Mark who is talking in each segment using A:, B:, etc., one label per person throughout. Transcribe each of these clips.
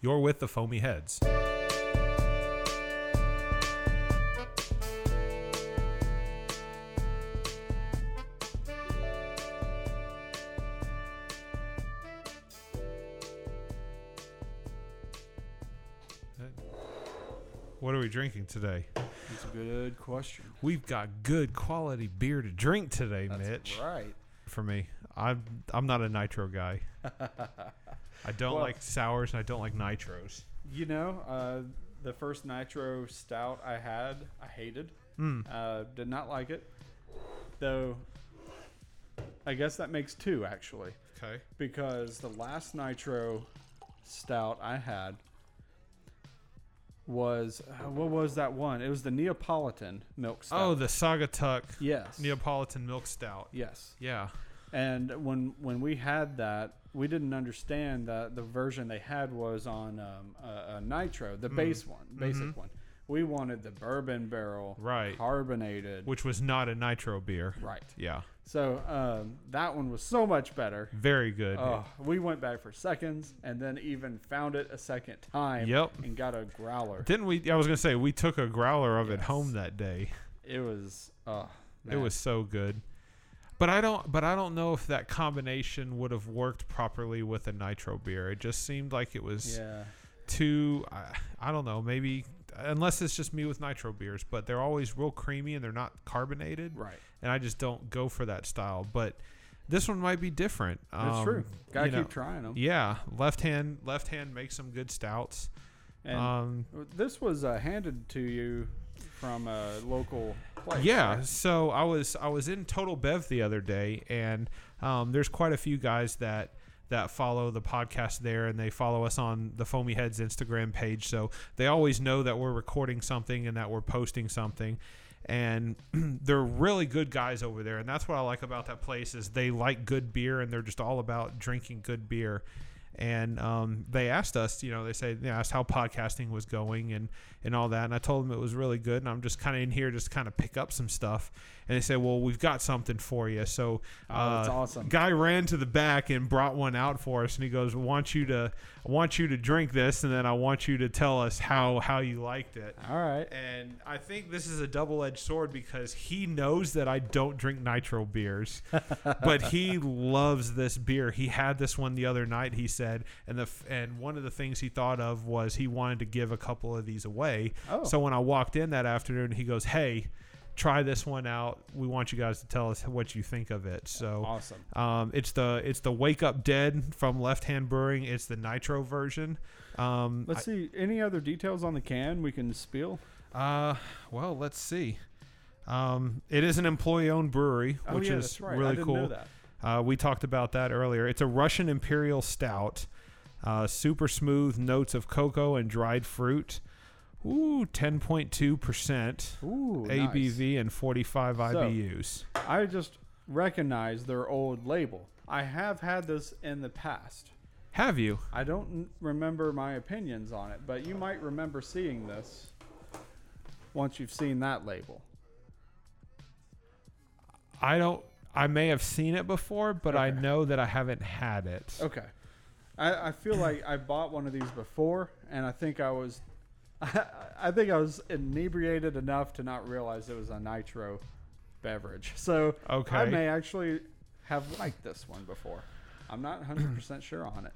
A: You're with the Foamy Heads. What are we drinking today?
B: That's a good question.
A: We've got good quality beer to drink today, Mitch.
B: right.
A: For me, I'm I'm not a nitro guy. I don't
B: Well-
A: like sours and I don't like nitros.
B: You know, uh, the first nitro stout I had, I hated.
A: Hmm.
B: Uh, did not like it. Though, I guess that makes two actually,
A: Okay.
B: because the last nitro stout I had was uh, what was that one? It was the Neapolitan milk stout.
A: Oh, the Sagatuck
B: yes.
A: Neapolitan Milk Stout.
B: yes.
A: Yeah.
B: And when when we had that, we didn't understand that the version they had was on um, a, a nitro,
A: Mm-hmm.
B: the base one, basic one. We wanted the bourbon barrel,
A: Right.
B: Carbonated,
A: Which was not a nitro beer.
B: right.
A: Yeah.
B: So um, that one was so much better.
A: Very good.
B: Oh, we went back for seconds, and then even found it a second time.
A: Yep.
B: and got a growler.
A: Didn't we? I was gonna say we took a growler of it
B: Yes.
A: home that day.
B: It was, oh,
A: It
B: man.
A: was so good. But I don't. But I don't know if that combination would have worked properly with a nitro beer. It just seemed like it was
B: yeah.
A: too. I, I don't know. Maybe unless it's just me with nitro beers, but they're always real creamy and they're not carbonated,
B: Right.
A: and I just don't go for that style. But this one might be different.
B: That's
A: Um,
B: true. Gotta
A: you
B: keep
A: know,
B: trying them.
A: Yeah, left hand. Left hand makes some good stouts.
B: And
A: um,
B: This was uh, handed to you from a local place.
A: Yeah,
B: right?
A: so I was I was in Total Bev the other day, and um, there's quite a few guys that that follow the podcast there, and they follow us on the Foamy Heads Instagram page. So they always know that we're recording something and that we're posting something. And they're really good guys over there, and that's what I like about that place is they like good beer, and they're just all about drinking good beer and um, they asked us, you know, they said they asked how podcasting was going and and all that, and I told them it was really good, and I'm just kind of in here just kind of pick up some stuff, and they said, well, we've got something for you, so uh,
B: Oh, that's awesome.
A: Guy ran to the back and brought one out for us, and he goes, I want you to I want you to drink this, and then I want you to tell us how how you liked it.
B: All right.
A: And I think this is a double edged sword because he knows that I don't drink nitro beers, but he loves this beer. He had this one the other night, he said, and the f- and one of the things he thought of was he wanted to give a couple of these away.
B: Oh.
A: So when I walked in that afternoon, he goes, "Hey, try this one out. We want you guys to tell us what you think of it." So
B: Awesome.
A: um, it's the it's the Wake Up Dead from Left Hand Brewing. It's the nitro version. Um,
B: Let's see. Any other details on the can we can spill?
A: Uh, well, let's see. Um, it is an employee-owned brewery,
B: Oh,
A: which
B: yeah,
A: is
B: that's right. I
A: really
B: didn't
A: cool.
B: know that.
A: Uh, we talked about that earlier. It's a Russian imperial stout. Uh, super smooth notes of cocoa and dried fruit. Ooh, 10.2 percent
B: Ooh, nice.
A: ABV and 45 IBUs.
B: I just recognize their old label. I have had this in the past.
A: Have you?
B: I don't n- remember my opinions on it, but you might remember seeing this once you've seen that label.
A: I don't. I may have seen it before, but I
B: Okay.
A: know that I haven't had it.
B: Okay. I, I feel like I bought one of these before, and I think I was, I, think I was inebriated enough to not realize it was a nitro beverage. So I
A: Okay.
B: may actually have liked this one before. I'm not 100% sure on it,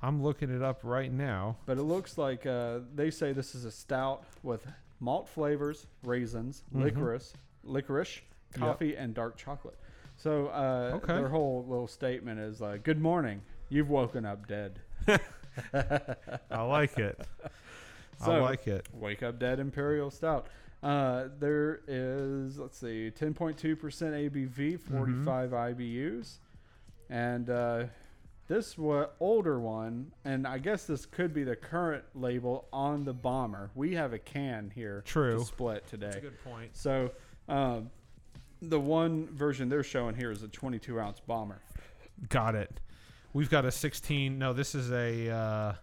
A: I'm looking it up right now.
B: but it looks like uh, they say this is a stout with malt flavors, raisins,
A: Mm-hmm.
B: licorice, licorice, coffee, and dark chocolate. So uh,
A: Okay.
B: their whole little statement is uh, "Good morning, you've woken up dead."
A: I like it. I
B: So-
A: like it.
B: Wake Up Dead Imperial Stout. Uh, there is, let's see, 10.2% ABV,
A: Mm-hmm.
B: 45 IBUs. And uh, this wa- older one, and I guess this could be the current label on the bomber. We have a can here
A: True.
B: to split today.
A: Good point.
B: So um, the one version they're showing here is a 22 ounce bomber.
A: Got it. We've got a 16. No, this is a. Uh,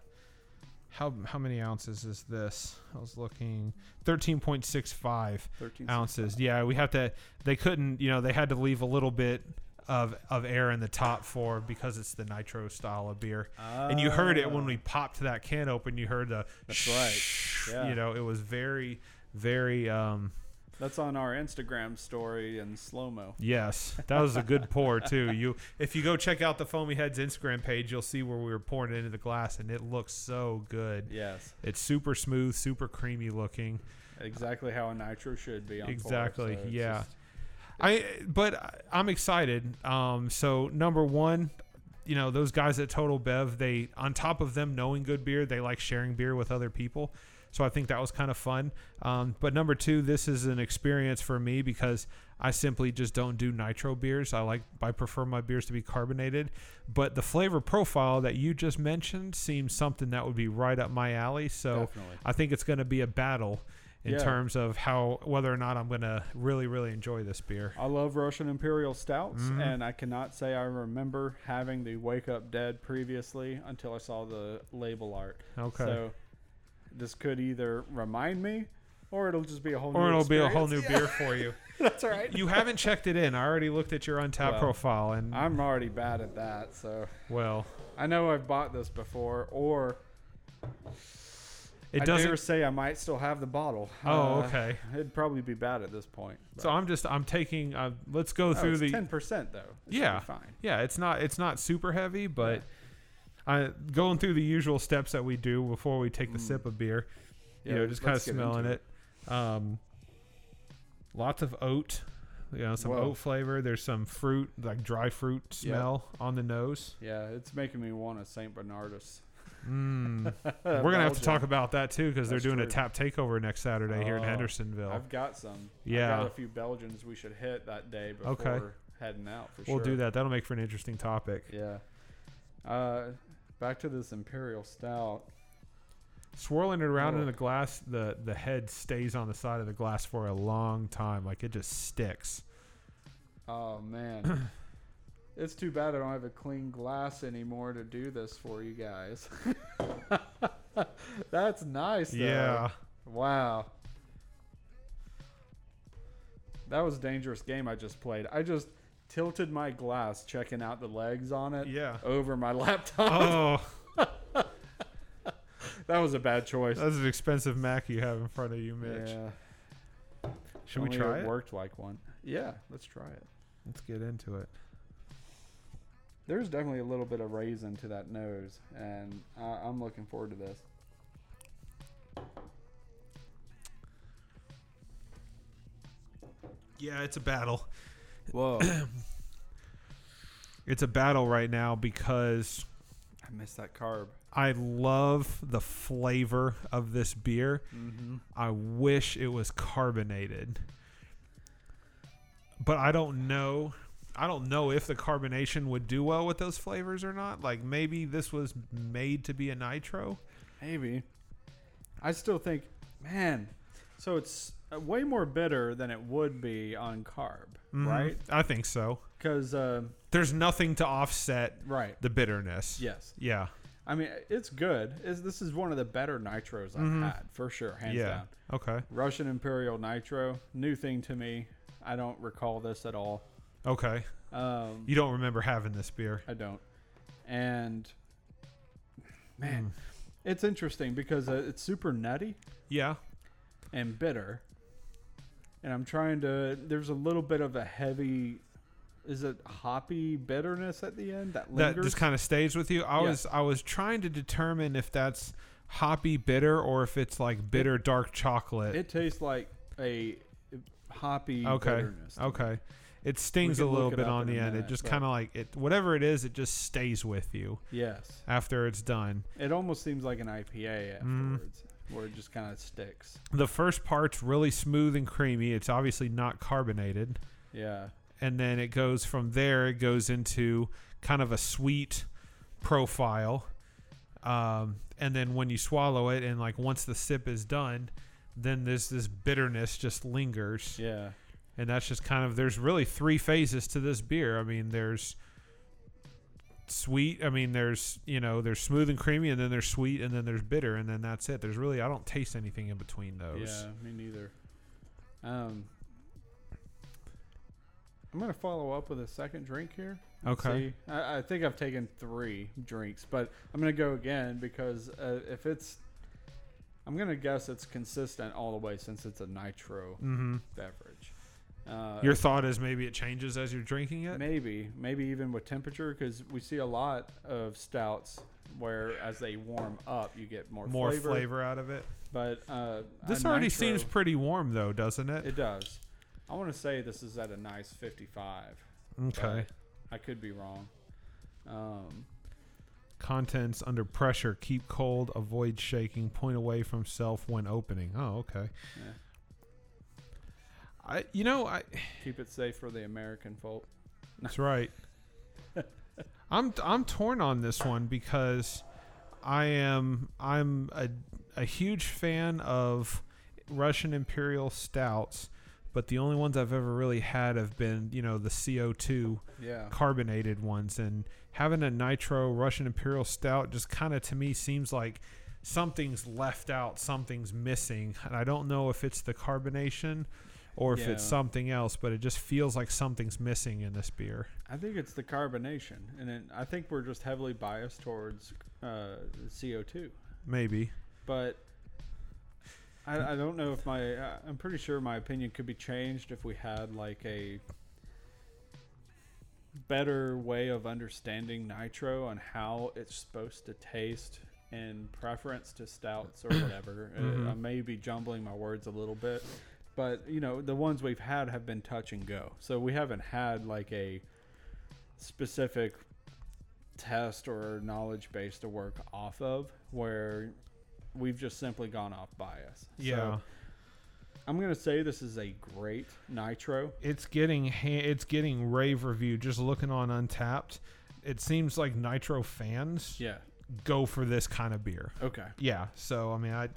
A: how how many ounces is this? I was looking 13.65
B: 13
A: ounces. Yeah, we have to. They couldn't. You know, they had to leave a little bit of of air in the top for because it's the nitro style of beer. and you heard
B: Ah,
A: it when we popped that can open. You heard the
B: That's right. Yeah.
A: You know, it was very very um
B: That's on our Instagram story in slow mo.
A: yes that was a good pour too you if you go check out the foamy heads instagram page you'll see where we were pouring it into the glass and it looks so good
B: Yes,
A: it's super smooth super creamy looking
B: exactly how a nitro should be. On pour,
A: Exactly,
B: so it's
A: yeah.
B: just-
A: I but I- I'm excited. Um, so number one, you know those guys at Total Bev, they on top of them knowing good beer, they like sharing beer with other people. So I think that was kind of fun. Um, but number two, this is an experience for me because I simply just don't do nitro beers. I like I prefer my beers to be carbonated. But the flavor profile that you just mentioned seems something that would be right up my alley. So.
B: Definitely.
A: I think it's going to be a battle in
B: Yeah.
A: terms of how whether or not I'm going to really really enjoy this beer.
B: I love Russian Imperial Stouts,
A: Mhm.
B: and I cannot say I remember having the Wake Up Dead previously until I saw the label art.
A: Okay.
B: So this could either remind me, or it'll just be a whole. new
A: or it'll be a whole new
B: experience.
A: beer for you.
B: That's all right.
A: You haven't checked it in. I already looked at your untapped
B: Well,
A: profile and
B: I'm already bad at that, so
A: well,
B: I know I've bought this before, or
A: it
B: I
A: doesn't
B: dare say I might still have the bottle.
A: Oh,
B: Uh,
A: okay.
B: It'd probably be bad at this point.
A: So I'm just I'm taking uh, let's go through the
B: Oh, ten percent though. It should be
A: Yeah.
B: fine.
A: Yeah, it's not it's not super heavy, but I going through the usual steps that we do before we take the
B: Mm.
A: sip of beer.
B: Yeah,
A: you know, just kind of
B: let's get
A: smelling
B: into
A: it. Um, lots of oat, you know, some
B: Whoa.
A: oat flavor. There's some fruit, like dry fruit
B: Yeah.
A: smell on the nose.
B: Yeah, it's making me want a Saint Bernardus.
A: Mm. We're gonna have to talk about that too because they're
B: That's
A: doing a
B: true.
A: tap takeover next Saturday here in
B: Oh,
A: Hendersonville.
B: I've got some.
A: Yeah.
B: I've got a few Belgians we should hit that day before
A: Okay.
B: heading out for sure.
A: we'll do that. That'll make for an interesting topic.
B: Yeah. Uh, back to this imperial stout.
A: Swirling it around
B: Oh.
A: in the glass, the the head stays on the side of the glass for a long time, like it just sticks.
B: Oh man. It's too bad I don't have a clean glass anymore to do this for you guys. That's nice. Though.
A: Yeah.
B: Wow. That was a dangerous game I just played. I just tilted my glass checking out the legs on it
A: Yeah.
B: over my laptop.
A: Oh,
B: that was a bad choice.
A: that's an expensive Mac you have in front of you, Mitch.
B: Yeah.
A: Should
B: Only
A: we try
B: it
A: it?
B: worked like one. Yeah, let's try it.
A: Let's get into it.
B: There's definitely a little bit of raisin to that nose, and I, I'm looking forward to this.
A: Yeah, it's a battle.
B: Whoa. I
A: It's a battle right now because
B: missed that carb.
A: I love the flavor of this beer.
B: Mm-hmm.
A: I wish it was carbonated. But I don't know. I don't know if the carbonation would do well with those flavors or not. Like maybe this was made to be a nitro.
B: Maybe. I still think, man. So it's uh, way more bitter than it would be on carb,
A: Mhm.
B: right?
A: I think so.
B: 'Cause right? Because uh,
A: There's nothing to offset
B: right,
A: the bitterness.
B: yes.
A: Yeah.
B: I mean, it's good. It's, this is one of the better nitros I've
A: Mhm.
B: had for sure, hands
A: yeah.
B: down.
A: Okay.
B: Russian Imperial Nitro, new thing to me. I don't recall this at all.
A: Okay.
B: Um,
A: You don't remember having this beer.
B: I don't. And man,
A: Mm.
B: it's interesting because uh, it's super nutty.
A: Yeah.
B: and bitter. And I'm trying to. There's a little bit of a heavy. Is it hoppy bitterness at the end that
A: that
B: lingers?
A: just kind of stays with you. I
B: Yeah.
A: was I was trying to determine if that's hoppy bitter or if it's like bitter dark chocolate.
B: it tastes like a hoppy
A: Okay.
B: bitterness. to me.
A: okay. It stings a
B: can
A: little
B: look it
A: bit
B: up
A: on
B: in
A: the
B: a
A: end. it
B: minute,
A: just
B: but-
A: kind of like it whatever it is, it just stays with you
B: Yes.
A: after it's done.
B: It almost seems like an IPA
A: Mm.
B: afterwards, where it just kind of sticks.
A: The first part's really smooth and creamy. It's obviously not carbonated.
B: Yeah.
A: And then it goes from there, it goes into kind of a sweet profile. Um, and then when you swallow it, and like once the sip is done, then this this bitterness just lingers.
B: Yeah.
A: and that's just kind of there's really three phases to this beer i mean there's sweet i mean there's you know there's smooth and creamy and then there's sweet and then there's bitter and then that's it there's really i don't taste anything in between those
B: Yeah. Me neither. Um. I'm gonna follow up with a second drink here.
A: Okay.
B: See, I, I think I've taken three drinks, but I'm gonna go again because uh, if it's, I'm gonna guess it's consistent all the way since it's a nitro
A: Mm-hmm.
B: beverage. Uh,
A: Your thought is maybe it changes as you're drinking it.
B: maybe, maybe even with temperature, because we see a lot of stouts where as they warm up, you get more
A: More
B: flavor.
A: flavor. out of it.
B: But uh, a
A: This already
B: nitro-
A: seems pretty warm though, doesn't it?
B: It does. I want to say this is at a nice 55. but
A: okay.
B: I could be wrong. Um,
A: Contents under pressure. Keep cold. Avoid shaking. Point away from self when opening. Oh, okay.
B: Yeah.
A: I, you know, I.
B: keep it safe for the American folk.
A: That's right. I'm I'm torn on this one because I am I'm a a huge fan of Russian Imperial stouts, but the only ones I've ever really had have been you know the CO2
B: Yeah.
A: carbonated ones, and having a nitro Russian Imperial stout just kind of to me seems like something's left out, something's missing, and I don't know if it's the carbonation. Or if it's
B: Yeah.
A: something else, but it just feels like something's missing in this beer.
B: I think it's the carbonation. And then I think we're just heavily biased towards uh, CO2.
A: Maybe.
B: But I, I don't know if my. I- I'm pretty sure my opinion could be changed if we had like a better way of understanding nitro on how it's supposed to taste in preference to stouts or whatever. Uh,
A: Mhm.
B: I may be jumbling my words a little bit, but you know, the ones we've had have been touch and go. So we haven't had like a specific test or knowledge base to work off of where we've just simply gone off bias. So
A: Yeah.
B: I'm going to say this is a great nitro.
A: it's getting ha- it's getting rave review just looking on Untapped. It seems like Nitro fans
B: Yeah.
A: go for this kind of beer.
B: Okay.
A: Yeah. So I mean I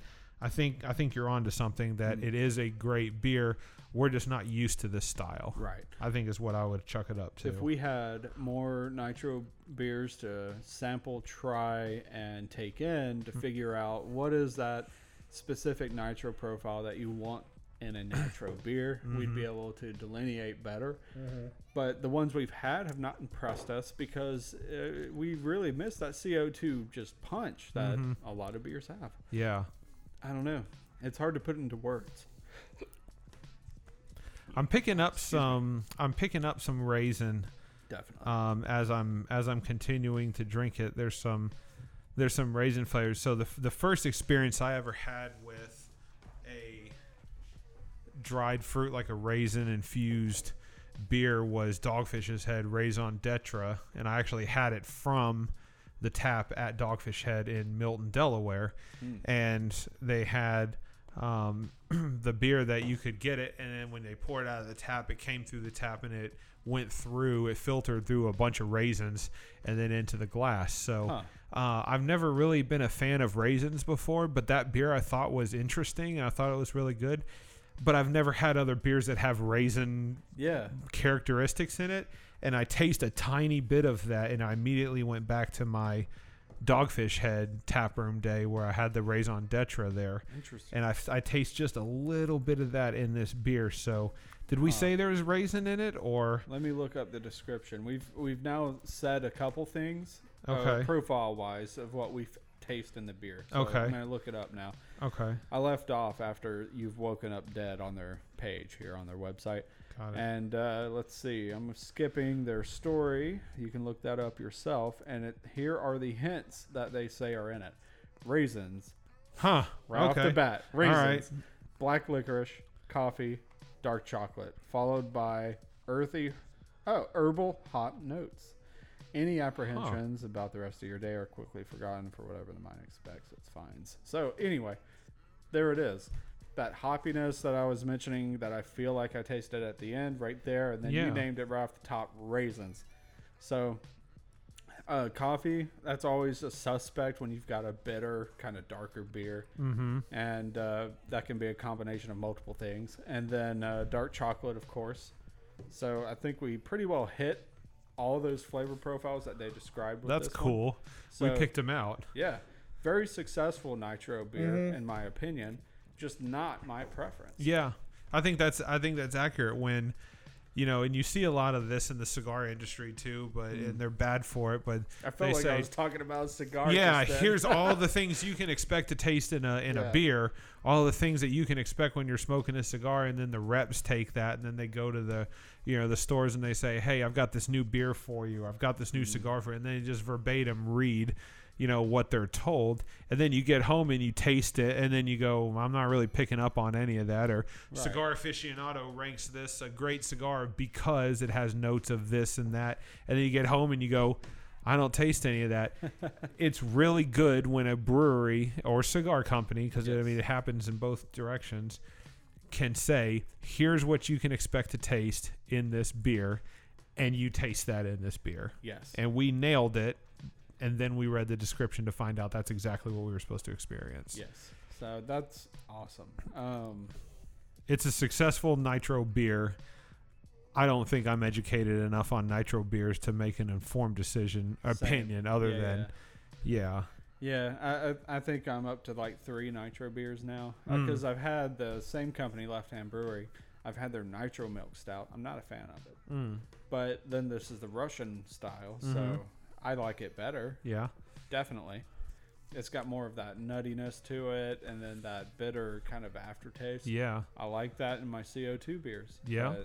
A: I think I think you're onto something that
B: Mm.
A: it is a great beer. We're just not used to this style.
B: Right.
A: I think is what I would chuck it up to.
B: If we had more nitro beers to sample, try, and take in to figure out what is that specific nitro profile that you want in a nitro beer, we'd be able to delineate better. But the ones we've had have not impressed us because uh, we really missed that CO2 just punch that
A: Mhm.
B: a lot of beers have.
A: yeah.
B: I don't know. It's hard to put into words.
A: I'm picking up some I'm picking up some raisin
B: Definitely.
A: um, as I'm as I'm continuing to drink it. There's some there's some raisin flavors. So the the first experience I ever had with a dried fruit like a raisin infused beer was Dogfish's Head Raison d'Etre, and I actually had it from the tap at Dogfish Head in Milton, Delaware,
B: Mm.
A: and they had. Um, the beer that you could get it, and then when they poured it out of the tap, it came through the tap and it went through, it filtered through a bunch of raisins and then into the glass. So
B: Huh.
A: uh, I've never really been a fan of raisins before, but that beer I thought was interesting. and I thought it was really good, but I've never had other beers that have raisin
B: yeah.
A: characteristics in it. And I taste a tiny bit of that, and I immediately went back to my Dogfish Head taproom day where I had the Raison d'Etre there
B: Interesting.
A: and I, I taste just a little bit of that in this beer. So, did we
B: Huh.
A: say there was raisin in it, or
B: Let me look up the description. We've we've now said a couple things,
A: Okay.
B: profile wise, of what we taste in the beer.
A: Okay.
B: I'm gonna look it up now.
A: okay?
B: I left off after you've woken up dead on their page here on their website,
A: Got it.
B: and uh, let's see. I'm skipping their story. You can look that up yourself. And it, here are the hints that they say are in it: raisins,
A: Huh?
B: Right
A: okay.
B: off the bat. Raisins,
A: right.
B: black licorice, coffee, dark chocolate, followed by earthy, oh, herbal hot notes. Any apprehensions about the rest of your day are quickly forgotten for whatever the mind expects, its finds. So, anyway, there it is. That hoppiness that I was mentioning that I feel like I tasted at the end right there, and then
A: Yeah.
B: you named it right off the top raisins. So, uh, coffee, that's always a suspect when you've got a bitter, kind of darker beer
A: Mm-hmm.
B: and uh, that can be a combination of multiple things. And then uh, dark chocolate, of course. So I think we pretty well hit all those flavor profiles that they described. With
A: That's
B: this one.
A: cool.
B: So,
A: we picked them out.
B: Yeah, very successful nitro beer,
A: Mm-hmm.
B: in my opinion. Just not my preference.
A: Yeah, I think that's I think that's accurate. When you know, and you see a lot of this in the cigar industry too, but and they're bad for it. But
B: I felt
A: They
B: like
A: say-
B: I was talking about a cigar.
A: yeah,
B: just then.
A: here's all the things you can expect to taste in a in
B: Yeah.
A: a beer, all the things that you can expect when you're smoking a cigar, and then the reps take that and then they go to the you know the stores and they say, hey, I've got this new beer for you, I've got
B: Mm-hmm.
A: this new cigar for, you. and then they just verbatim read. You know what they're told, and then you get home and you taste it, and then you go, "I'm not really picking up on any of that." Or
B: Right.
A: cigar aficionado ranks this a great cigar because it has notes of this and that, and then you get home and you go, I don't taste any of that. it's really good when a brewery or cigar company, because I
B: Yes.
A: mean it happens in both directions, can say, "Here's what you can expect to taste in this beer," and you taste that in this beer,
B: yes.
A: and we nailed it. And then we read the description to find out that's exactly what we were supposed to experience.
B: Yes. So that's awesome. Um,
A: It's a successful nitro beer. I don't think I'm educated enough on nitro beers to make an informed decision opinion other
B: yeah,
A: than yeah.
B: yeah, Yeah, I I I think I'm up to like three nitro beers now
A: Hmm.
B: because I've had the same company, Left Hand Brewery. I've had their nitro milk stout. I'm not a fan of it,
A: Mm.
B: but then this is the Russian style, so
A: Mhm.
B: I like it better.
A: Yeah.
B: Definitely, it's got more of that nuttiness to it, and then that bitter kind of aftertaste.
A: Yeah.
B: I like that in my CO2 beers.
A: Yeah.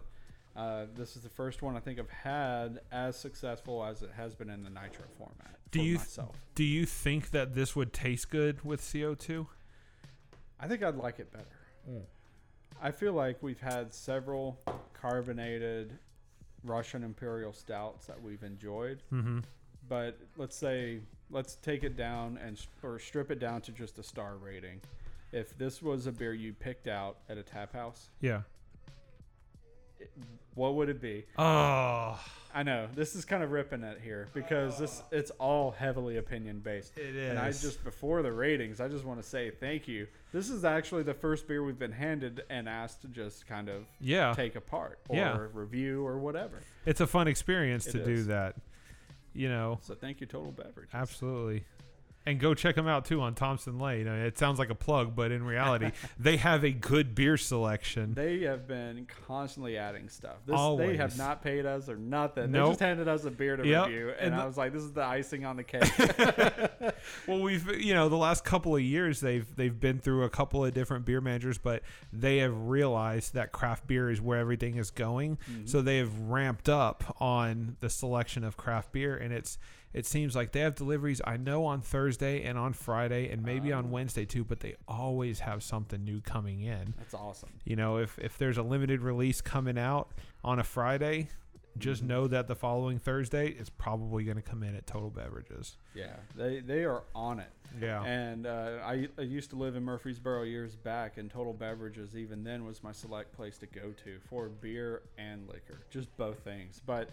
B: But, uh, this is the first one I think I've had as successful as it has been in the nitro format.
A: Do
B: for
A: you th-
B: myself?
A: Do you think that this would taste good with CO2?
B: I think I'd like it better.
A: Mm.
B: I feel like we've had several carbonated Russian Imperial stouts that we've enjoyed,
A: Mm-hmm.
B: but let's say let's take it down and s- or strip it down to just a star rating. If this was a beer you picked out at a tap house,
A: Yeah.
B: what would it be?
A: Oh,
B: I know this is kind of ripping it here because this it's all heavily opinion based.
A: it is.
B: And I just before the ratings, I just want to say thank you. This is actually the first beer we've been handed and asked to just kind of
A: yeah.
B: take apart or
A: Uh, Yeah.
B: review or whatever.
A: It's a fun experience
B: It
A: to do
B: is.
A: that. You know,
B: So thank you, Total Beverage.
A: absolutely. And go check them out too on Thompson Lane. I mean, it sounds like a plug, but in reality, they have a good beer selection.
B: They have been constantly adding stuff. This, they have
A: Always.
B: not paid us or nothing. They
A: Nope.
B: just handed us a beer to
A: Yep.
B: review, and,
A: And
B: I
A: the-
B: was like, "This is the icing on the cake."
A: Well, we've you know the last couple of years they've they've been through a couple of different beer managers, but they have realized that craft beer is where everything is going. So they have ramped up on the selection of craft beer, and it's it seems like they have deliveries. I know on Thursday and on Friday and maybe on Wednesday too, but they always have something new coming in.
B: That's awesome.
A: You know, if if there's a limited release coming out on a Friday. Just know that the following Thursday it's probably going to come in at Total Beverages.
B: Yeah, they they are on it.
A: Yeah.
B: And uh, I, I used to live in Murfreesboro years back, and Total Beverages even then was my select place to go to for beer and liquor, just both things. But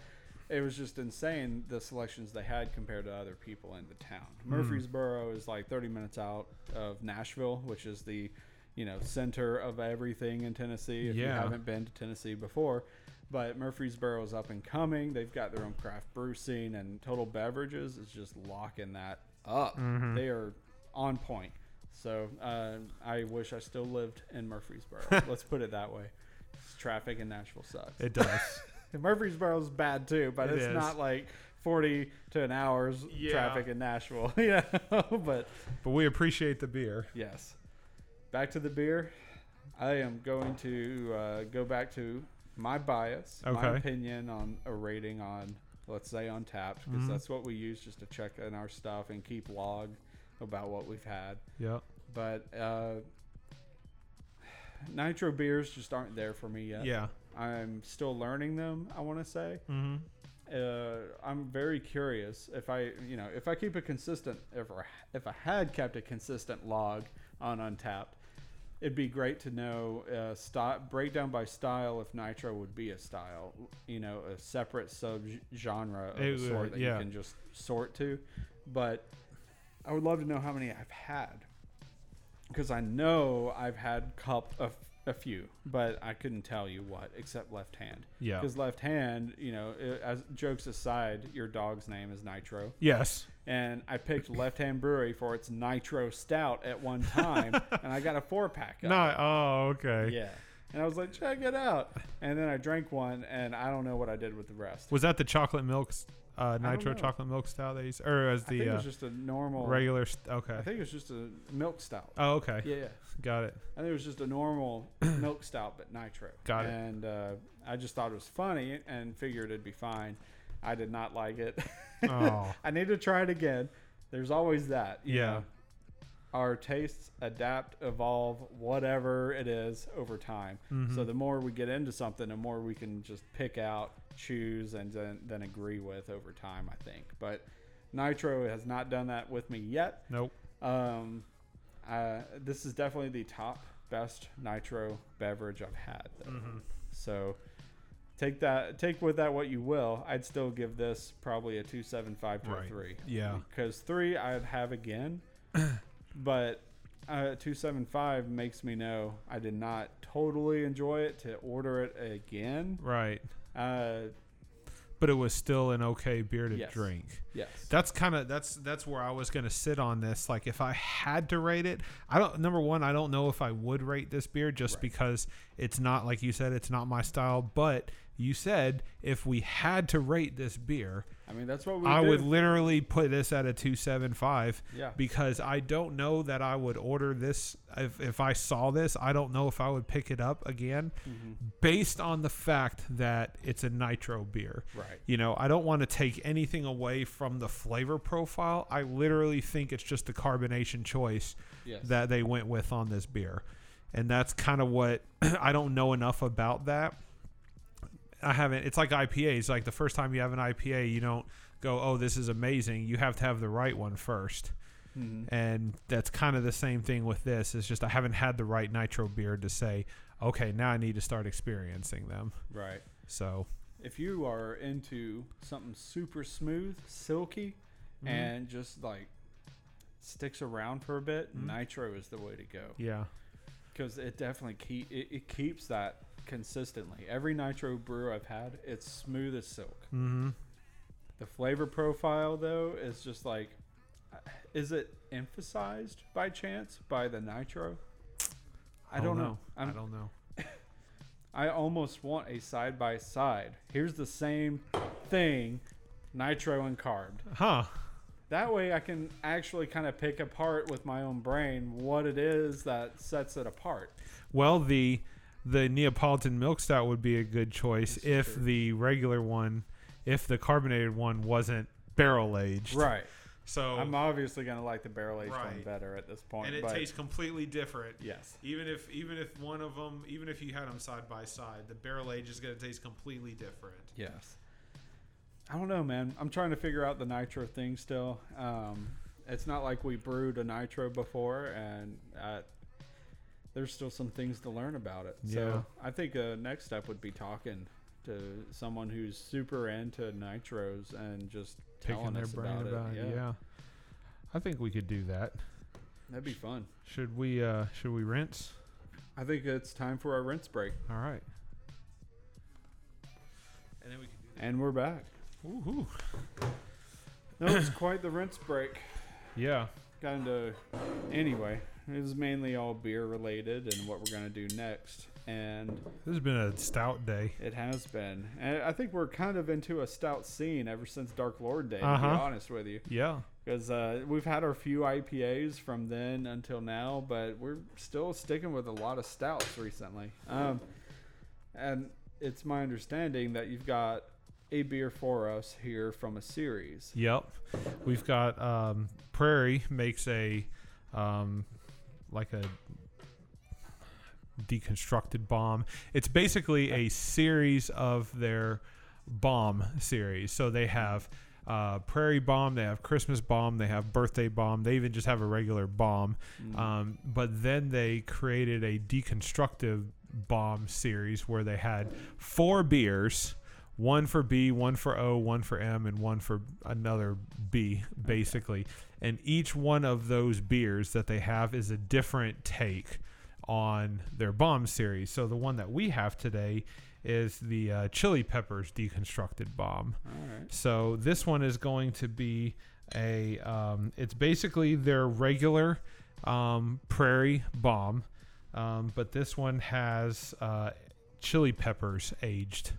B: it was just insane the selections they had compared to other people in the town.
A: Hmm.
B: Murfreesboro is like 30 minutes out of Nashville, which is the you know center of everything in Tennessee. If you
A: Yeah.
B: haven't been to Tennessee before. But Murfreesboro is up and coming. They've got their own craft brew scene, and Total Beverages is just locking that up.
A: Mm-hmm.
B: They are on point. So uh, I wish I still lived in Murfreesboro. Let's put it that way. Traffic in Nashville sucks.
A: It does.
B: And Murfreesboro's bad too, but
A: It
B: it's
A: is.
B: not like 40 to an hour's
A: Yeah.
B: traffic in Nashville. you know, but
A: But we appreciate the beer.
B: yes. Back to the beer. I am going to uh, go back to my bias, my
A: Okay.
B: opinion on a rating on, let's say, Untapped, because that's what we use just to check in our stuff and keep log about what we've had.
A: Yep.
B: But uh, nitro beers just aren't there for me yet.
A: Yeah.
B: I'm still learning them. I want to say
A: Mm-hmm.
B: uh, I'm very curious if I, you know, if I keep a consistent, if I, if I had kept a consistent log on Untapped, it'd be great to know uh, style, breakdown by style if Nitro would be a style, you know, a separate sub genre of
A: It
B: a sort
A: would,
B: that
A: yeah.
B: you can just sort to. But I would love to know how many I've had because I know I've had cup a, f- a few, but I couldn't tell you what except left hand.
A: Yeah.
B: Because left hand, you know, i- as jokes aside, your dog's name is Nitro,
A: Yes.
B: and I picked Left Hand Brewery for its Nitro Stout at one time, and I got a four pack.
A: No. Oh, okay.
B: Yeah. And I was like, check it out. And then I drank one, and I don't know what I did with the rest.
A: Was that the chocolate milk, uh,
B: don't
A: nitro
B: know.
A: chocolate milk style that you s- or as
B: I think
A: the
B: it
A: uh,
B: was just a normal.
A: regular? St-
B: I
A: okay.
B: think it was just a milk stout.
A: Oh, okay.
B: yeah, yeah.
A: Got it.
B: I think it was just a normal milk stout, but nitro.
A: Got it.
B: And uh, I just thought it was funny and figured it'd be fine. I did not like it.
A: Oh.
B: I need to try it again. There's always that. you
A: Yeah.
B: know. Our tastes adapt, evolve, whatever it is over time. So
A: Mm-hmm.
B: the more we get into something, the more we can just pick out, choose, and then, then agree with over time, I think. But Nitro has not done that with me yet.
A: Nope.
B: Um, uh, this is definitely the top best nitro beverage I've had. though.
A: Mm-hmm.
B: So take that, take with that what you will. I'd still give this probably a two seven five to
A: Right.
B: a three.
A: Yeah.
B: because three I'd have again, but uh, two seven five makes me know I did not totally enjoy it to order it again.
A: Right.
B: Uh,
A: But it was still an okay beer to
B: Yes.
A: drink.
B: yes,
A: That's kind of that's that's where I was going to sit on this. Like if I had to rate it, I don't number 1, I don't know if I would rate this beer just
B: Right.
A: because it's not like you said it's not my style, but you said if we had to rate this beer,
B: I mean that's what we.
A: I
B: do.
A: would literally put this at a 275
B: Yeah.
A: because I don't know that I would order this if, if I saw this. I don't know if I would pick it up again
B: Mm-hmm.
A: based on the fact that it's a nitro beer.
B: Right.
A: You know, I don't want to take anything away from the flavor profile. I literally think it's just the carbonation choice
B: Yes.
A: that they went with on this beer. And that's kind of what I don't know enough about that. I haven't. It's like IPAs. Like the first time you have an IPA, you don't go, "Oh, this is amazing." You have to have the right one first.
B: Mm-hmm.
A: And that's kind of the same thing with this. It's just I haven't had the right nitro beer to say, "Okay, now I need to start experiencing them."
B: right.
A: So
B: if you are into something super smooth, silky, and just like sticks around for a bit, nitro is the way to go
A: yeah,
B: because it definitely keep it, it keeps that consistently. Every nitro brew I've had, it's smooth as silk.
A: mm-hmm.
B: The flavor profile though is just like, uh, is it emphasized by chance by the nitro? I don't know.
A: I
B: I'm-
A: don't know.
B: I almost want a side by side. Here's the same thing, nitro and carb.
A: Huh?
B: That way, I can actually kind of pick apart with my own brain what it is that sets it apart.
A: Well, the the Neapolitan milk stout would be a good choice
B: That's
A: if
B: true.
A: the regular one, if the carbonated one wasn't barrel aged.
B: Right.
A: So
B: I'm obviously gonna like the barrel aged one
A: Right.
B: better at this point.
A: and it
B: but
A: tastes completely different.
B: yes,
A: Even if even if one of them, even if you had them side by side, the barrel age is going to taste completely different.
B: yes. I don't know, man. I'm trying to figure out the nitro thing still. Um, it's not like we brewed a nitro before, and uh there's still some things to learn about it.
A: Yeah.
B: So I think uh, next step would be talking to someone who's super into nitros and just telling
A: Picking their
B: us
A: brain
B: about,
A: about,
B: it.
A: it. yeah. I think we could do that.
B: That'd be fun.
A: Should we? uh Should we rinse?
B: I think it's time for our rinse break.
A: All right. And then we can do
B: And we're back.
A: that. Woohoo!
B: That was quite the rinse break.
A: Yeah.
B: Got into. Anyway, it was mainly all beer related and what we're going to do next. And
A: This has been a stout day.
B: it has been. And I think we're kind of into a stout scene ever since Dark Lord Day, to
A: Uh-huh.
B: be honest with you.
A: Yeah.
B: Because uh, we've had our few IPAs from then until now, but we're still sticking with a lot of stouts recently. Um, and it's my understanding that you've got a beer for us here from a series.
A: Yep. We've got um, Prairie makes a um, like a deconstructed bomb. It's basically a series of their bomb series. So they have uh, Prairie Bomb, they have Christmas Bomb, they have Birthday Bomb, they even just have a regular bomb. Um, but then they created a deconstructive bomb series where they had four beers. One for B, one for O, one for M, and one for another B, basically. And each one of those beers that they have is a different take on their bomb series. So the one that we have today is the uh, Chili Peppers deconstructed bomb.
B: All right.
A: So this one is going to be a. Um, it's basically their regular um, prairie bomb. Um, but this one has uh, chili peppers aged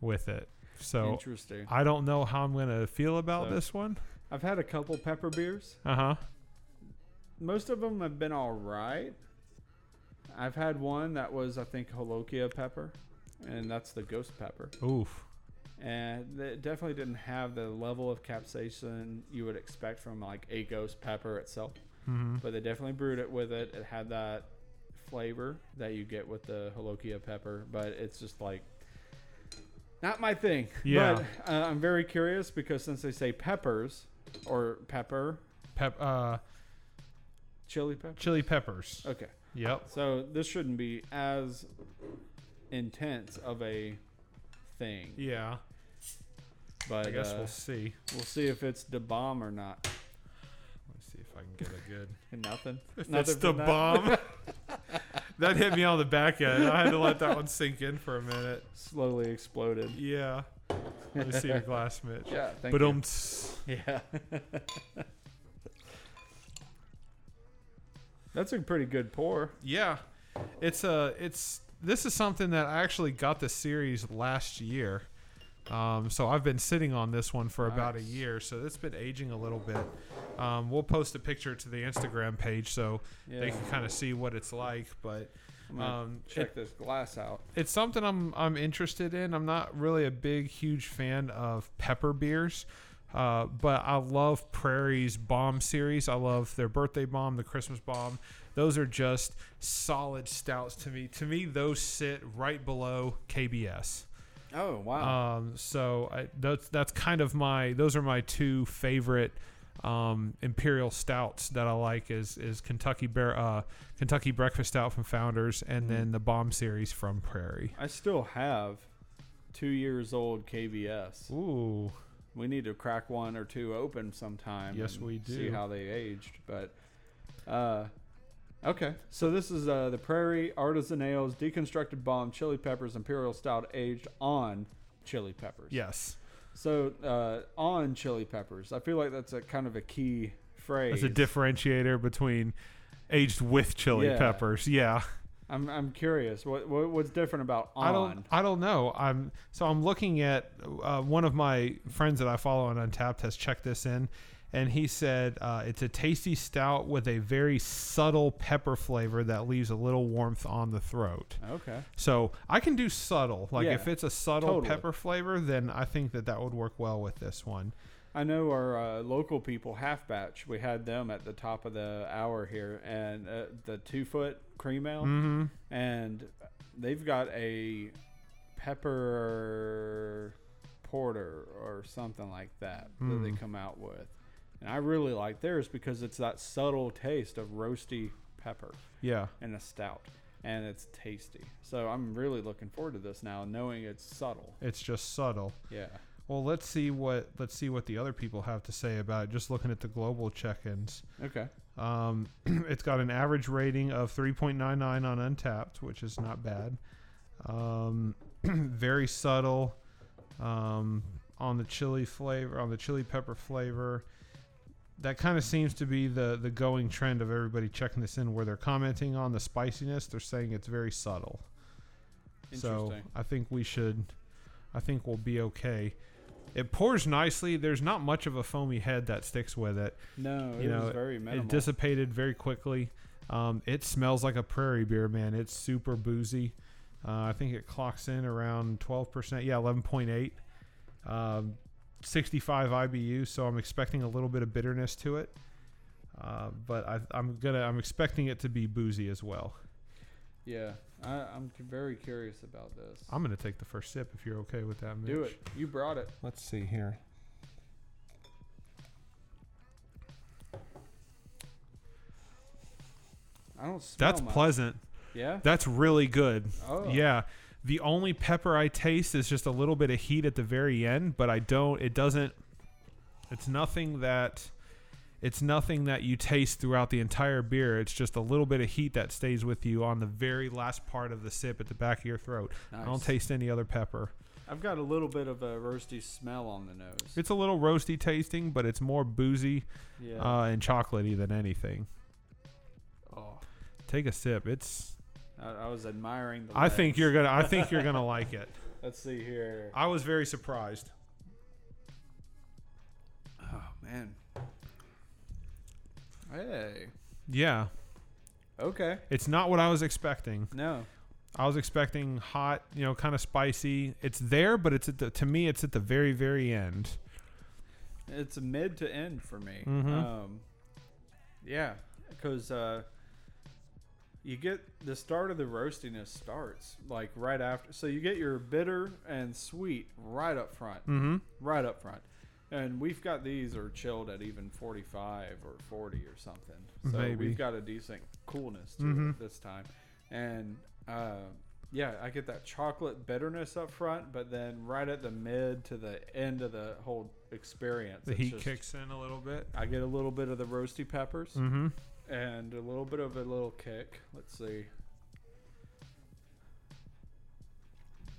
A: with it. So
B: Interesting.
A: I don't know how I'm gonna feel about
B: So-
A: this one.
B: I've had a couple pepper beers.
A: Uh huh.
B: Most of them have been all right. I've had one that was, I think, Holokia pepper, and that's the ghost pepper.
A: Oof.
B: And it definitely didn't have the level of capsaicin you would expect from like a ghost pepper itself.
A: hmm
B: But they definitely brewed it with it. It had that flavor that you get with the Holokia pepper, but it's just like not my thing.
A: Yeah.
B: But uh, I'm very curious because since they say peppers or pepper,
A: Pep- uh,
B: chili pepper.
A: chili peppers.
B: Okay.
A: Yep.
B: So this shouldn't be as intense of a thing,
A: Yeah.
B: but
A: I guess
B: uh,
A: we'll see.
B: we'll see if it's the bomb or not.
A: Let me see if I can get a good.
B: Nothing.
A: That's
B: Nothing
A: the
B: from that.
A: bomb. that hit me on the back end. I had to let that one sink in for a minute.
B: Slowly exploded.
A: Yeah. Let me see your glass, Mitch.
B: Yeah. Thank
A: But
B: you.
A: um.
B: Yeah. That's a pretty good pour.
A: Yeah, it's a it's this is something that I actually got the series last year. Um, so I've been sitting on this one for about a
B: Nice.
A: year, so it's been aging a little bit. Um, we'll post a picture to the Instagram page so
B: Yeah.
A: they can kind of see what it's like. But
B: I'm gonna
A: um,
B: check this glass out.
A: it's something I'm I'm interested in. I'm not really a big huge fan of pepper beers. Uh, but I love Prairie's Bomb series. I love their birthday bomb, the Christmas bomb. Those are just solid stouts to me. To me, those sit right below KBS.
B: Oh wow.
A: Um, so I, that's that's kind of my those are my two favorite um, imperial stouts that I like is is Kentucky Bear uh, Kentucky Breakfast Stout from Founders and then the Bomb series from Prairie.
B: I still have two years old KVS.
A: Ooh,
B: We need to crack one or two open sometime.
A: Yes,
B: and
A: we
B: See
A: do.
B: how they aged, but uh, okay. So this is uh, the Prairie Artisan Ales Deconstructed Bomb Chili Peppers Imperial Stout aged on chili peppers.
A: yes,
B: So uh, on chili peppers, I feel like that's a kind of a key phrase.
A: that's a differentiator between aged with chili
B: Yeah.
A: peppers. Yeah,
B: I'm I'm curious. What, what what's different about on?
A: I don't I don't know. I'm so I'm looking at uh, one of my friends that I follow on Untapped has checked this in, and he said uh, it's a tasty stout with a very subtle pepper flavor that leaves a little warmth on the throat.
B: Okay.
A: So I can do subtle. Like
B: Yeah,
A: if it's a subtle
B: totally.
A: pepper flavor, then I think that that would work well with this one.
B: I know our uh, local people, Half Batch. We had them at the top of the hour here, and uh, the two foot cream ale,
A: Mm-hmm.
B: and they've got a pepper porter or something like that that they
A: Hmm.
B: come out with, and I really like theirs because it's that subtle taste of roasty pepper.
A: Yeah.
B: and a stout, and it's tasty. So I'm really looking forward to this now, knowing it's subtle.
A: It's just subtle.
B: Yeah.
A: Well, let's see what let's see what the other people have to say about it. Just looking at the global check-ins,
B: Okay.
A: um, it's got an average rating of 3.99 on Untapped, which is not bad. Um, very subtle um, on the chili flavor, on the chili pepper flavor. That kind of seems to be the the going trend of everybody checking this in, where they're commenting on the spiciness. They're saying it's very subtle. So
B: Interesting.
A: I think we should. I think we'll be okay. It pours nicely. There's not much of a foamy head that sticks with it.
B: no, it
A: you know,
B: was very minimal.
A: It dissipated very quickly. Um, it smells like a prairie beer, man. It's super boozy. Uh, I think it clocks in around 12%. Yeah, 11.8. Um, 65 IBU, so I'm expecting a little bit of bitterness to it. Uh, but I, I'm gonna. I'm expecting it to be boozy as well.
B: yeah, I, I'm c- very curious about this.
A: I'm gonna take the first sip if you're okay with that. Mitch.
B: Do it. You brought it.
A: Let's see here.
B: I don't smell
A: That's
B: much.
A: pleasant.
B: Yeah.
A: That's really good.
B: Oh.
A: Yeah. The only pepper I taste is just a little bit of heat at the very end, but I don't it doesn't it's nothing that it's nothing that you taste throughout the entire beer. It's just a little bit of heat that stays with you on the very last part of the sip at the back of your throat. I don't
B: Nice.
A: taste any other pepper.
B: I've got a little bit of a roasty smell on the nose.
A: It's a little roasty tasting, but it's more boozy
B: yeah.
A: uh, and chocolatey than anything.
B: oh.
A: Take a sip. It's
B: I, I was admiring the.
A: I think
B: legs.
A: you're gonna. I think you're gonna like it.
B: Let's see here.
A: I was very surprised.
B: Oh man. Hey.
A: Yeah,
B: Okay.
A: it's not what I was expecting.
B: No.
A: I was expecting hot, you know, kind of spicy. It's there, but it's at the, to me, it's at the very, very end.
B: It's a mid to end for me.
A: Mhm.
B: Um, yeah, because uh, you get the start of the roastiness starts like right after. So you get your bitter and sweet right up front,
A: Mm-hmm.
B: right up front. And we've got these are chilled at even 45 or 40 or something. So
A: Maybe.
B: we've got a decent coolness to
A: Mhm.
B: it this time. And uh, yeah, I get that chocolate bitterness up front, but then right at the mid to the end of the whole experience,
A: The
B: it's
A: heat
B: just-
A: kicks in a little bit.
B: I get a little bit of the roasty peppers
A: Mm-hmm.
B: and a little bit of a little kick. Let's see.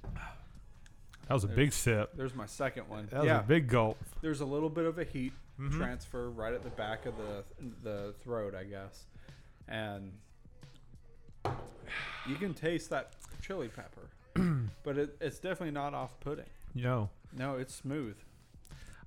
A: That was a big sip.
B: There's my second one.
A: That was
B: yeah,
A: a big gulp.
B: there's a little bit of a heat
A: Mhm.
B: transfer right at the back of the the throat, I guess, and you can taste that chili pepper, but it, it's definitely not off-putting.
A: No,
B: No, it's smooth.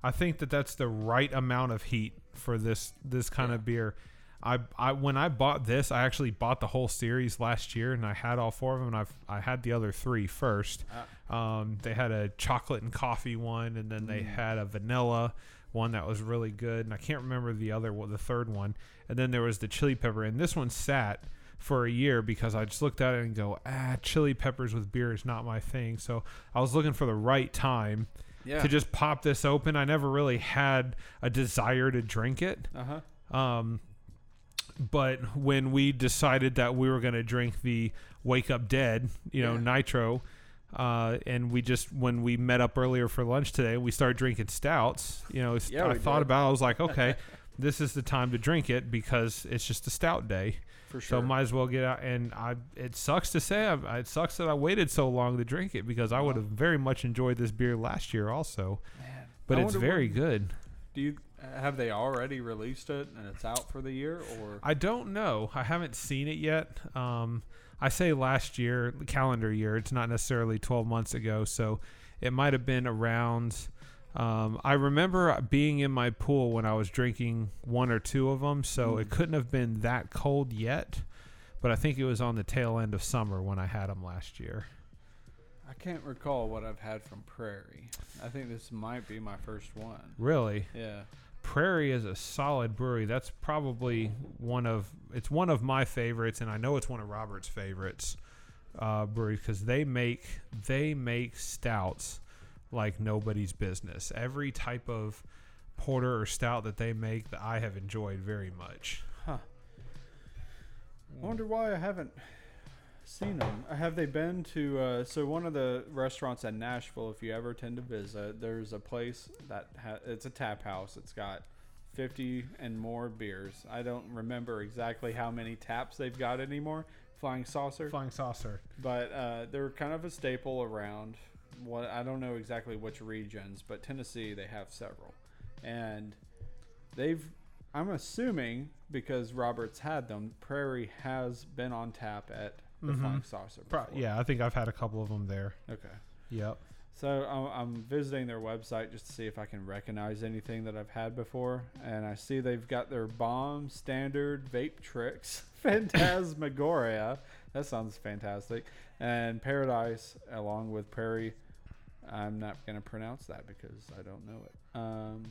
A: I think that that's the right amount of heat for this this kind of beer. I, I when I bought this, I actually bought the whole series last year, and I had all four of them. And I've I had the other three first.
B: Ah.
A: Um, they had a chocolate and coffee one, and then they
B: Mm.
A: had a vanilla one that was really good, and I can't remember the other one, the third one. And then there was the chili pepper, and this one sat for a year because I just looked at it and go, ah, chili peppers with beer is not my thing. So I was looking for the right time
B: Yeah.
A: to just pop this open. I never really had a desire to drink it.
B: uh huh.
A: Um, but when we decided that we were going to drink the Wake Up Dead, you know,
B: Yeah.
A: nitro, uh, and we just, when we met up earlier for lunch today, we started drinking stouts. You know, it's-
B: Yeah,
A: I
B: we
A: thought
B: did.
A: about it. I was like, okay, this is the time to drink it because it's just a stout day.
B: For
A: So
B: sure.
A: might as well get out. And I, it sucks to say, I, it sucks that I waited so long to drink it because I would have very much enjoyed this beer last year also.
B: Man.
A: But
B: I
A: it's
B: wonder what-
A: very good.
B: Do you have they already released it and it's out for the year or?
A: I don't know. I haven't seen it yet. Um, I say last year, calendar year. It's not necessarily 12 months ago, so it might have been around. Um, I remember being in my pool when I was drinking one or two of them, so it
B: Mm.
A: couldn't have been that cold yet. But I think it was on the tail end of summer when I had them last year.
B: I can't recall what I've had from Prairie. I think this might be my first one.
A: Really,
B: Yeah.
A: Prairie is a solid brewery. That's probably one of it's one of my favorites, and I know it's one of Robert's favorites uh, breweries because they make they make stouts like nobody's business. Every type of porter or stout that they make that I have enjoyed very much.
B: Huh. I wonder why I haven't seen them. Have they been to? Uh, so one of the restaurants in Nashville, if you ever tend to visit, there's a place that ha- it's a tap house. It's got. 50 and more beers. I don't remember exactly how many taps they've got anymore. Flying saucer.
A: Flying saucer.
B: but uh, they're kind of a staple around what I don't know exactly which regions, but Tennessee they have several, and they've I'm assuming because Roberts had them, Prairie has been on tap at the
A: Mhm.
B: Flying Saucer.
A: Pro-
B: before.
A: yeah, I think I've had a couple of them there.
B: Okay.
A: Yep.
B: So I'm, I'm visiting their website just to see if I can recognize anything that I've had before, and I see they've got their bomb standard vape tricks, Phantasmagoria, that sounds fantastic, and Paradise along with Prairie. I'm not gonna pronounce that because I don't know it. Um,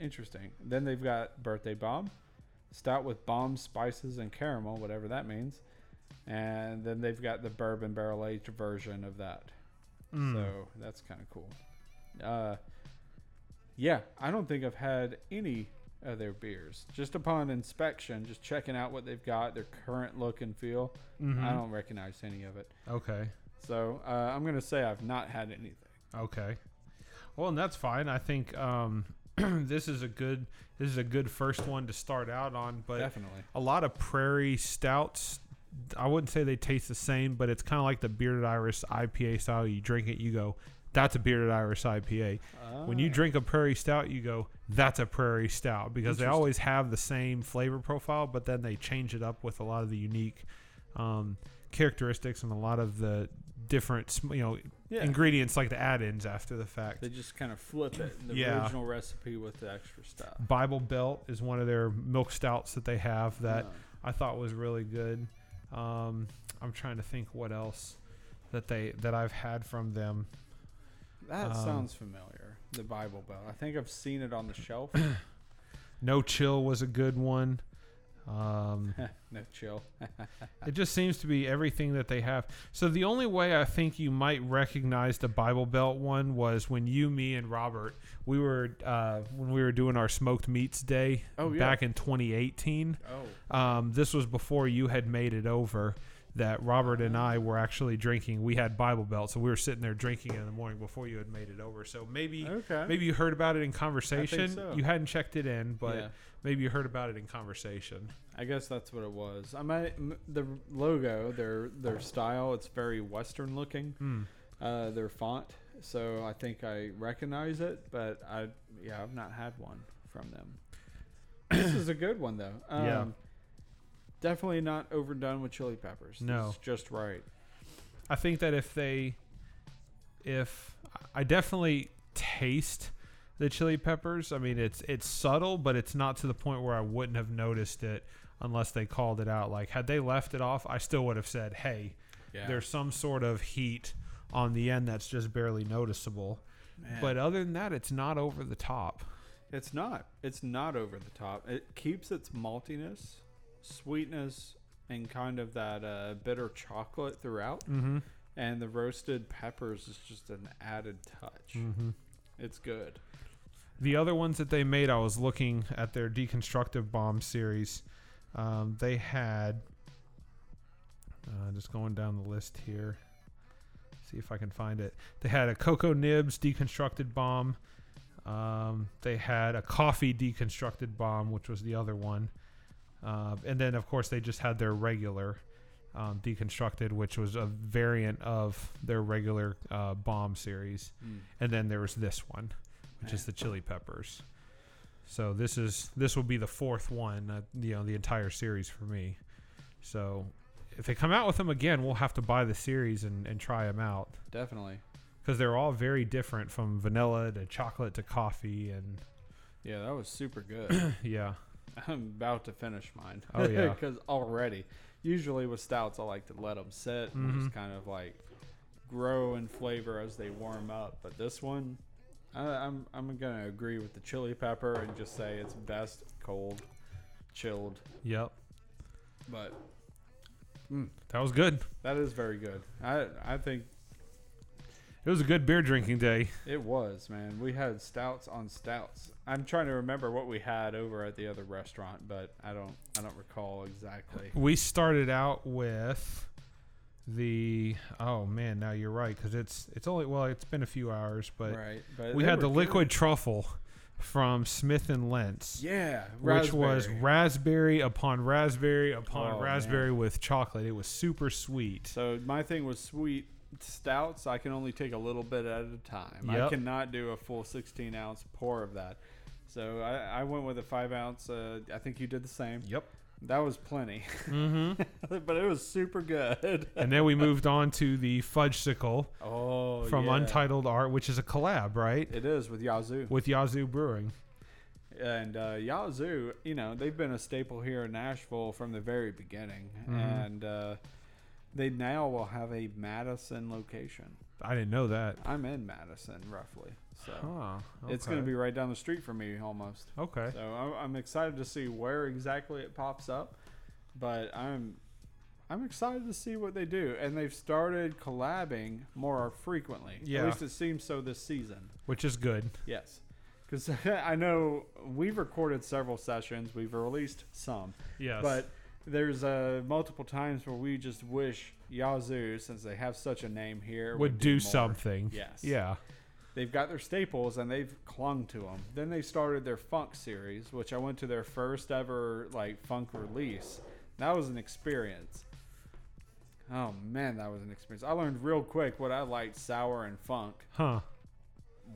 B: interesting. Then they've got Birthday Bomb, stout with bomb spices and caramel, whatever that means, and then they've got the bourbon barrel aged version of that.
A: Mm.
B: So that's kind of cool. Uh, yeah, I don't think I've had any of their beers. Just upon inspection, just checking out what they've got, their current look and feel,
A: Mhm.
B: I don't recognize any of it.
A: Okay.
B: So uh, I'm going to say I've not had anything.
A: Okay. Well, and that's fine. I think um, this is a good this is a good first one to start out on. But
B: Definitely.
A: a lot of prairie stouts, I wouldn't say they taste the same, but it's kind of like the bearded iris IPA style. You drink it, you go, "That's a bearded iris IPA." When you
B: Ah,
A: drink a prairie stout, you go, "That's a prairie stout," because they
B: Interesting.
A: always have the same flavor profile, but then they change it up with a lot of the unique um, characteristics and a lot of the different sm- you know
B: Yeah.
A: ingredients like the add-ins after the fact.
B: They just kind of flip it, the
A: Yeah.
B: original recipe with the extra stuff.
A: Bible Belt is one of their milk stouts that they have that
B: Um,
A: I thought was really good. Um, I'm trying to think what else that they that I've had from them.
B: that
A: um,
B: sounds familiar. The Bible Belt. I think I've seen it on the shelf.
A: No Chill was a good one. Um,
B: no chill.
A: it just seems to be everything that they have. So the only way I think you might recognize the Bible Belt one was when you, me, and Robert we were uh, when we were doing our smoked meats day
B: Oh, yeah.
A: back in 2018.
B: Oh,
A: Um, this was before you had made it over. That Robert and I were actually drinking. We had Bible Belt, so we were sitting there drinking in the morning before you had made it over. So maybe
B: okay.
A: maybe you heard about it in conversation.
B: so.
A: You hadn't checked it in, but
B: Yeah.
A: maybe you heard about it in conversation.
B: I guess that's what it was. I might m- the logo, their their style, it's very Western looking.
A: Hmm.
B: Uh, their font, so I think I recognize it, but I yeah, I've not had one from them. this is a good one though. Um,
A: Yeah.
B: Definitely not overdone with chili peppers. This
A: No.
B: is just right.
A: I think that if they, if I definitely taste the chili peppers. I mean, it's it's subtle, but it's not to the point where I wouldn't have noticed it unless they called it out. Like had they left it off, I still would have said, "Hey,
B: Yeah.
A: there's some sort of heat on the end that's just barely noticeable."
B: Man.
A: But other than that, it's not over the top.
B: It's not. It's not over the top. It keeps its maltiness, sweetness, and kind of that uh, bitter chocolate throughout.
A: Mm-hmm.
B: And the roasted peppers is just an added touch.
A: Mm-hmm.
B: It's good.
A: The other ones that they made, I was looking at their deconstructive bomb series. Um, they had uh, just going down the list here. See if I can find it. They had a cocoa nibs deconstructed bomb. Um, they had a coffee deconstructed bomb, which was the other one. Uh, and then, of course, they just had their regular um, deconstructed, which was a variant of their regular uh, bomb series
B: Mm.
A: and then there was this one, which is the chili peppers. So this is this will be the fourth one, uh, you know, the entire series for me. So if they come out with them again, we'll have to buy the series and, and try them out
B: Definitely.
A: because they're all very different from vanilla to chocolate to coffee and
B: Yeah, that was super good.
A: yeah.
B: I'm about to finish mine.
A: Oh, yeah.
B: Because already, usually with stouts, I like to let them sit and just kind of like grow in flavor as they warm up. But this one, I, I'm I'm gonna agree with the chili pepper and just say it's best cold, chilled.
A: Yep.
B: But
A: That was good.
B: that is very good. I I think
A: It was a good beer drinking day.
B: it was man. We had stouts on stouts. I'm trying to remember what we had over at the other restaurant, but I don't I don't recall exactly.
A: We started out with the oh man, now you're right because it's it's only well it's been a few hours, but
B: right, but
A: we
B: Uh, they
A: had
B: were
A: the
B: good.
A: liquid truffle from Smith and Lentz,
B: Yeah,
A: which was
B: raspberry.
A: raspberry upon raspberry upon
B: Oh,
A: raspberry with chocolate. It was super sweet.
B: So my thing was sweet stouts. I can only take a little bit at a time. I
A: Yep.
B: cannot do a full 16 ounce pour of that. So I, I went with a five ounce. Uh, I think you did the same.
A: Yep.
B: That was plenty,
A: hmm
B: but it was super good.
A: and then we moved on to the fudgesicle
B: Oh,
A: from
B: yeah.
A: Untitled Art, which is a collab, right,
B: It is with Yazoo
A: with Yazoo Brewing.
B: and uh, Yazoo. You know they've been a staple here in Nashville from the very beginning,
A: Mhm.
B: and uh, they now will have a Madison location.
A: I didn't know that.
B: I'm in Madison roughly, so.
A: Huh,
B: It's going to
A: okay.
B: be right down the street from me almost.
A: okay.
B: So I'm, I'm excited to see where exactly it pops up, but I'm I'm excited to see what they do. And they've started collabing more frequently.
A: Yeah.
B: At least it seems so this season.
A: Which is good.
B: Yes. Because I know we've recorded several sessions, we've released some,
A: Yes.
B: but there's uh, multiple times where we just wish Yazoo, since they have such a name here,
A: would do,
B: more.
A: something.
B: Yes
A: Yeah.
B: they've got their staples and they've clung to them. Then they started their funk series, which I went to their first ever like funk release. That was an experience. Oh man, that was an experience. I learned real quick what I liked sour and funk
A: Huh.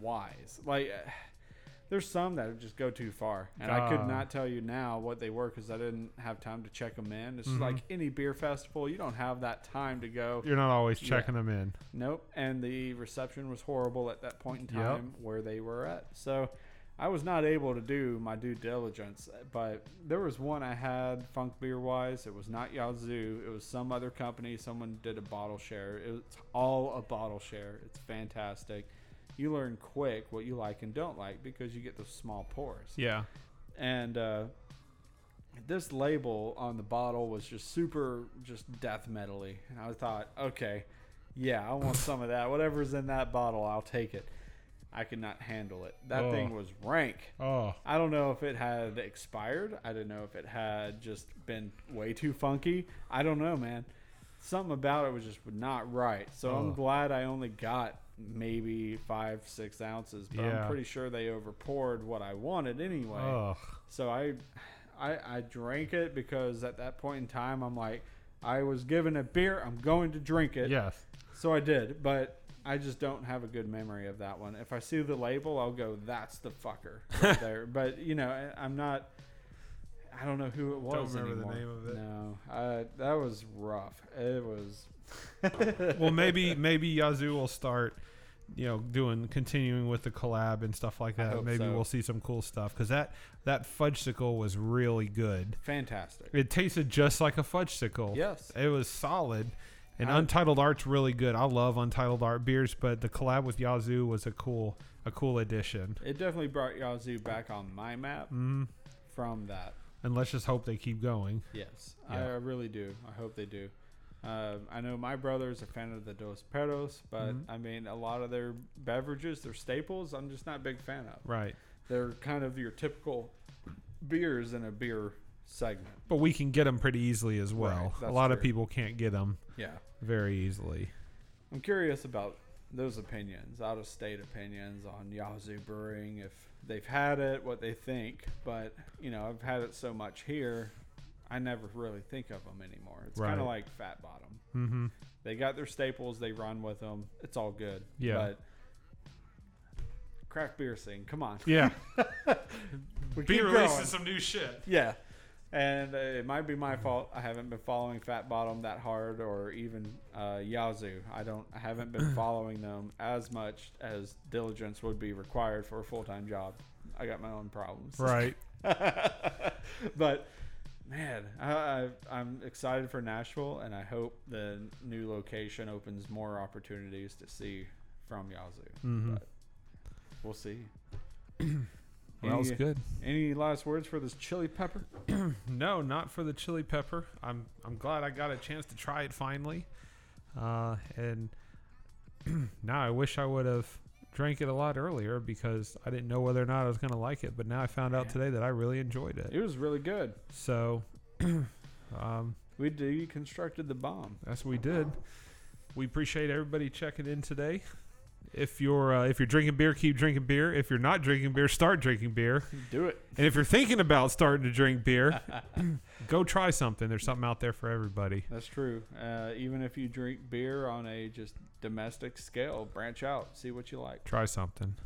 B: wise. Like There's some that just go too far, and I
A: Ah.
B: could not tell you now what they were because I didn't have time to check them in. It's just like any beer festival, you don't have that time to go.
A: You're not always
B: Yeah.
A: checking them in.
B: Nope. And the reception was horrible at that point in time where they were at. So I was not able to do my due diligence. But there was one I had funk beer wise. It was not Yazoo. It was some other company. Someone did a bottle share. It was all a bottle share. It's fantastic. You learn quick what you like and don't like because you get those small pours
A: Yeah.
B: and uh, this label on the bottle was just super just death metally and i thought okay yeah i want some of that whatever's in that bottle i'll take it i could not handle it that
A: Oh.
B: thing was rank
A: Oh.
B: i don't know if it had expired i didn't know if it had just been way too funky i don't know man something about it was just not right so
A: Oh.
B: i'm glad i only got maybe five six ounces but
A: Yeah.
B: i'm pretty sure they overpoured what i wanted anyway
A: Oh.
B: so I, I, I drank it because at that point in time, I'm like, I was given a beer, I'm going to drink it.
A: Yes.
B: So I did, but I just don't have a good memory of that one. If I see the label, I'll go, that's the fucker right there. But you know, I- I'm not. I don't know who it was.
A: remember the
B: anymore.
A: name of it.
B: No, I, that was rough. It was.
A: well, maybe maybe Yazoo will start, you know, doing continuing with the collab and stuff like that.
B: hope
A: Maybe
B: so.
A: we'll see some cool stuff because that that fudgesicle was really good.
B: Fantastic.
A: It tasted just like a fudgesicle.
B: Yes.
A: It was solid. And
B: I-
A: Untitled Art's really good. I love Untitled Art beers, but the collab with Yazoo was a cool a cool addition.
B: It definitely brought Yazoo back on my map
A: Mm,
B: from that.
A: and let's just hope they keep going.
B: Yes,
A: Yeah.
B: I I really do. I hope they do. Um, I know my brother is a fan of the Dos Perros, but
A: Mhm.
B: I mean, a lot of their beverages, their staples, I'm just not a big fan of.
A: Right.
B: They're kind of your typical beers in a beer segment.
A: But we can get them pretty easily as well.
B: Right,
A: a
B: that's
A: lot of
B: true.
A: people can't get them
B: Yeah.
A: very easily.
B: I'm curious about those opinions, out of state opinions on Yazoo Brewing, if they've had it, what they think. But, you know, I've had it so much here, I never really think of them anymore. It's kind
A: Right.
B: of like Fat Bottom.
A: Mm-hmm.
B: They got their staples. They run with them. It's all good.
A: Yeah.
B: But craft beer scene, come on.
A: Yeah.
B: We
A: Be
B: keep
A: releasing
B: going.
A: some new shit.
B: Yeah. And uh, it might be my fault. I haven't been following Fat Bottom that hard, or even uh, Yazoo. I don't. I haven't been following them as much as diligence would be required for a full time job. I got my own problems.
A: Right.
B: but man, I, I, I'm excited for Nashville, and I hope the new location opens more opportunities to see from Yazoo.
A: Mhm.
B: But we'll see.
A: Well, that was
B: Any-
A: good.
B: Any last words for this chili pepper?
A: No, not for the chili pepper. I'm I'm glad I got a chance to try it finally. Uh, and now I wish I would have drank it a lot earlier because I didn't know whether or not I was going to like it. But now I found out today that I really enjoyed it.
B: It was really good.
A: So um,
B: We deconstructed the bomb.
A: that's what we did. We appreciate everybody checking in today. If you're uh, if you're drinking beer, keep drinking beer. If you're not drinking beer, start drinking beer.
B: Do it.
A: And if you're thinking about starting to drink beer, go try something. There's something out there for everybody.
B: That's true. Uh, even if you drink beer on a just domestic scale, branch out, see what you like.
A: Try something.